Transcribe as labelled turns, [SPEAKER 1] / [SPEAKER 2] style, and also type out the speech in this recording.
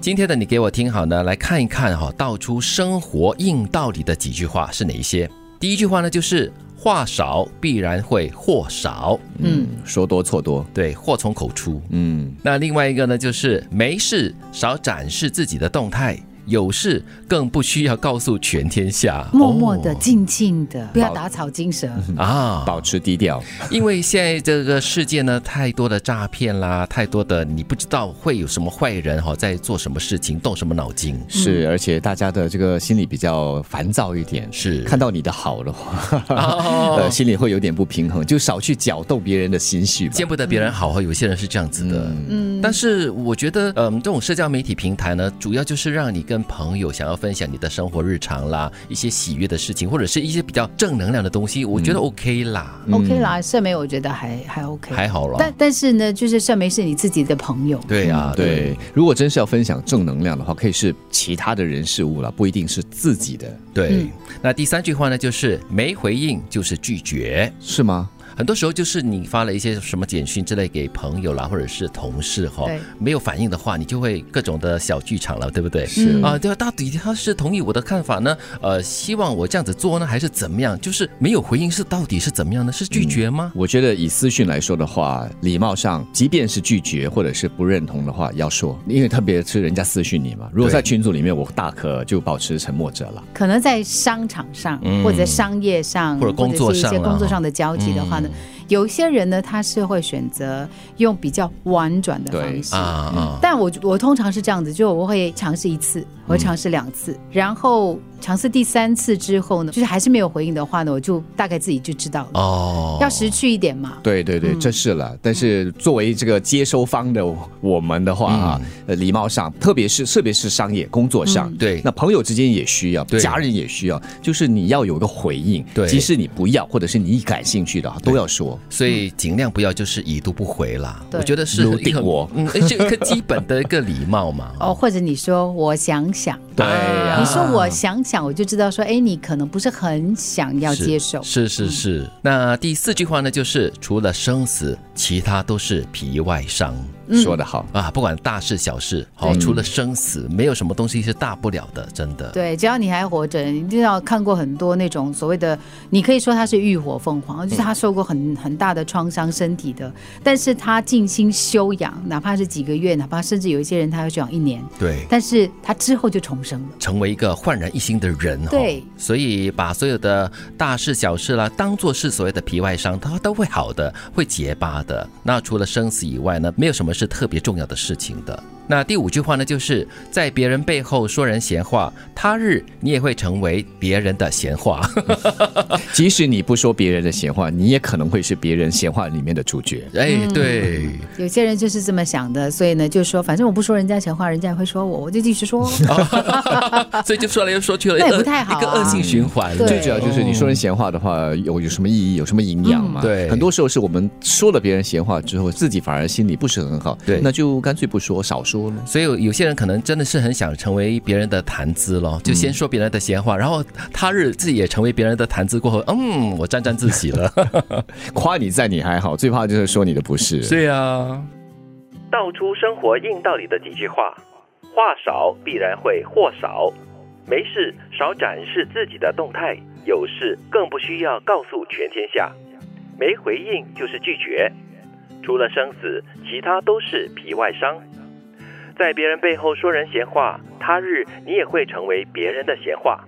[SPEAKER 1] 今天的你给我听好呢，来看一看哈、道出生活硬道理的几句话是哪一些。第一句话呢，就是话少必然会祸少，
[SPEAKER 2] 嗯，
[SPEAKER 3] 说多错多，
[SPEAKER 1] 对，祸从口出。
[SPEAKER 3] 嗯，
[SPEAKER 1] 那另外一个呢，就是没事少展示自己的动态，有事更不需要告诉全天下，
[SPEAKER 2] 默默的、
[SPEAKER 1] 哦
[SPEAKER 2] 静静的，不要打草惊嗯蛇。
[SPEAKER 1] 啊，
[SPEAKER 3] 保持低调，
[SPEAKER 1] 因为现在这个世界呢，太多的诈骗啦，太多的你不知道会有什么坏人哈、在做什么事情，动什么脑筋。
[SPEAKER 3] 是，而且大家的这个心里比较烦躁一点，
[SPEAKER 1] 是
[SPEAKER 3] 看到你的好的话，
[SPEAKER 1] 哦
[SPEAKER 3] 呃，， 心里会有点不平衡，就少去搅动别人的心绪吧。
[SPEAKER 1] 见不得别人好哈，有些人是这样子的。
[SPEAKER 2] 嗯，
[SPEAKER 1] 但是我觉得，嗯，这种社交媒体平台呢，主要就是让你跟朋友想要分享你的生活日常啦，一些喜悦的事情，或者是一些比较正能量的东西，我
[SPEAKER 2] 嗯
[SPEAKER 1] 觉得 OK 啦，
[SPEAKER 2] OK 啦，社媒我觉得还还 OK，
[SPEAKER 1] 嗯还好啦
[SPEAKER 2] 但。嗯但是呢，就是社媒是你自己的朋友，
[SPEAKER 1] 对啊，
[SPEAKER 3] 对，如果真是要分享正能量的话，可以是其他的人事物了，不一定是自己的，
[SPEAKER 1] 对。
[SPEAKER 2] 嗯
[SPEAKER 1] 那第三句话呢，就是没回应就是拒绝。
[SPEAKER 3] 是吗？
[SPEAKER 1] 很多时候就是你发了一些什么简讯之类给朋友啦，或者是同事哈、
[SPEAKER 2] 对
[SPEAKER 1] 没有反应的话，你就会各种的小剧场了，对不对？
[SPEAKER 2] 是嗯
[SPEAKER 1] 啊，对啊，到底他是同意我的看法呢？呃，希望我这样子做呢，还是怎么样？就是没有回应是到底是怎么样呢？是拒绝吗？
[SPEAKER 3] 我觉得以私讯来说的话，礼貌上，即便是拒绝或者是不认同的话，要说，因为特别是人家私讯你嘛。如果
[SPEAKER 1] 对
[SPEAKER 3] 在群组里面，我大可就保持沉默者了。
[SPEAKER 2] 可能在商场上、
[SPEAKER 1] 嗯
[SPEAKER 2] 或者商业上
[SPEAKER 1] 或者工作上啊嗯
[SPEAKER 2] 或者是一些工作上的交集的话呢，有一些人呢，他是会选择用比较婉转的方式
[SPEAKER 1] 啊。啊，嗯
[SPEAKER 2] 但我我通常是这样子，就我会尝试一次，我会尝试两次，然后尝试第三次之后呢，就是还是没有回应的话呢，我就大概自己就知道了，
[SPEAKER 1] 哦，
[SPEAKER 2] 要识趣一点嘛。
[SPEAKER 3] 对对对，这是了。但是作为这个接收方的我们的话啊，呃，礼貌上，特别是特别是商业工作上，
[SPEAKER 1] 对
[SPEAKER 3] 那朋友之间也需要，
[SPEAKER 1] 对
[SPEAKER 3] 家人也需要，就是你要有一个回应，
[SPEAKER 1] 对
[SPEAKER 3] 即使你不要或者是你感兴趣的啊，都要说。
[SPEAKER 1] 所以尽量不要就是已读不回啦。
[SPEAKER 2] 对
[SPEAKER 1] 我觉得是
[SPEAKER 3] 如
[SPEAKER 1] 一个
[SPEAKER 3] 定我
[SPEAKER 1] 嗯，是一个基本的一个礼貌嘛。
[SPEAKER 2] 哦，或者你说我想想，
[SPEAKER 3] 对
[SPEAKER 1] 啊
[SPEAKER 2] 你说我想想，我就知道说，哎，你可能不是很想要
[SPEAKER 1] 是
[SPEAKER 2] 接受。嗯
[SPEAKER 1] 是是是。那第四句话呢，就是除了生死，其他都是皮外伤
[SPEAKER 3] 说得好。
[SPEAKER 1] 啊，不管大事小事，好、
[SPEAKER 2] 对
[SPEAKER 1] 除了生死，没有什么东西是大不了的，真的。
[SPEAKER 2] 对，只要你还活着，你一定要看过很多那种所谓的，你可以说他是浴火凤凰，就是他受过很很大的创伤身体的，但是他静心修养，哪怕是几个月，哪怕甚至有一些人他要修养一年，
[SPEAKER 1] 对
[SPEAKER 2] 但是他之后就重生了。
[SPEAKER 1] 成为一个焕然一新的人哦
[SPEAKER 2] 对
[SPEAKER 1] 所以把所有的大事小事啦，当做是所谓的皮外伤，它都会好的，会结疤的。那除了生死以外呢，没有什么是特别重要的事情的。那第五句话呢，就是在别人背后说人闲话，他日你也会成为别人的闲 话。
[SPEAKER 3] 即使你不说别人的闲话，你也可能会是别人闲话里面的主角。
[SPEAKER 1] 哎，对，
[SPEAKER 2] 有些人就是这么想的，所以呢，就说反正我不说人家闲话，人家也会说我，我就继续说。
[SPEAKER 1] 所以就说来又说去了，
[SPEAKER 2] 嗯那也
[SPEAKER 1] 一个
[SPEAKER 2] 不太好啊
[SPEAKER 1] 一个恶性循环。
[SPEAKER 2] 对
[SPEAKER 3] 最主要就是你说人闲话的话，有有什么意义，有什么营养嘛？
[SPEAKER 1] 嗯对
[SPEAKER 3] 很多时候是我们说了别人闲话之后，自己反而心里不是很好，
[SPEAKER 1] 对
[SPEAKER 3] 那就干脆不说，少说了。
[SPEAKER 1] 所以有有些人可能真的是很想成为别人的谈资咯，就先说别人的闲话，然后他日自己也成为别人的谈资过后，嗯，我沾沾自喜了。
[SPEAKER 3] 夸你在你还好，最怕就是说你的不是。
[SPEAKER 1] 对啊，
[SPEAKER 4] 道出生活硬道理的几句话：话少必然会祸少，没事少展示自己的动态，有事更不需要告诉全天下。没回应就是拒绝，除了生死，其他都是皮外伤。在别人背后说人闲话，他日你也会成为别人的闲话。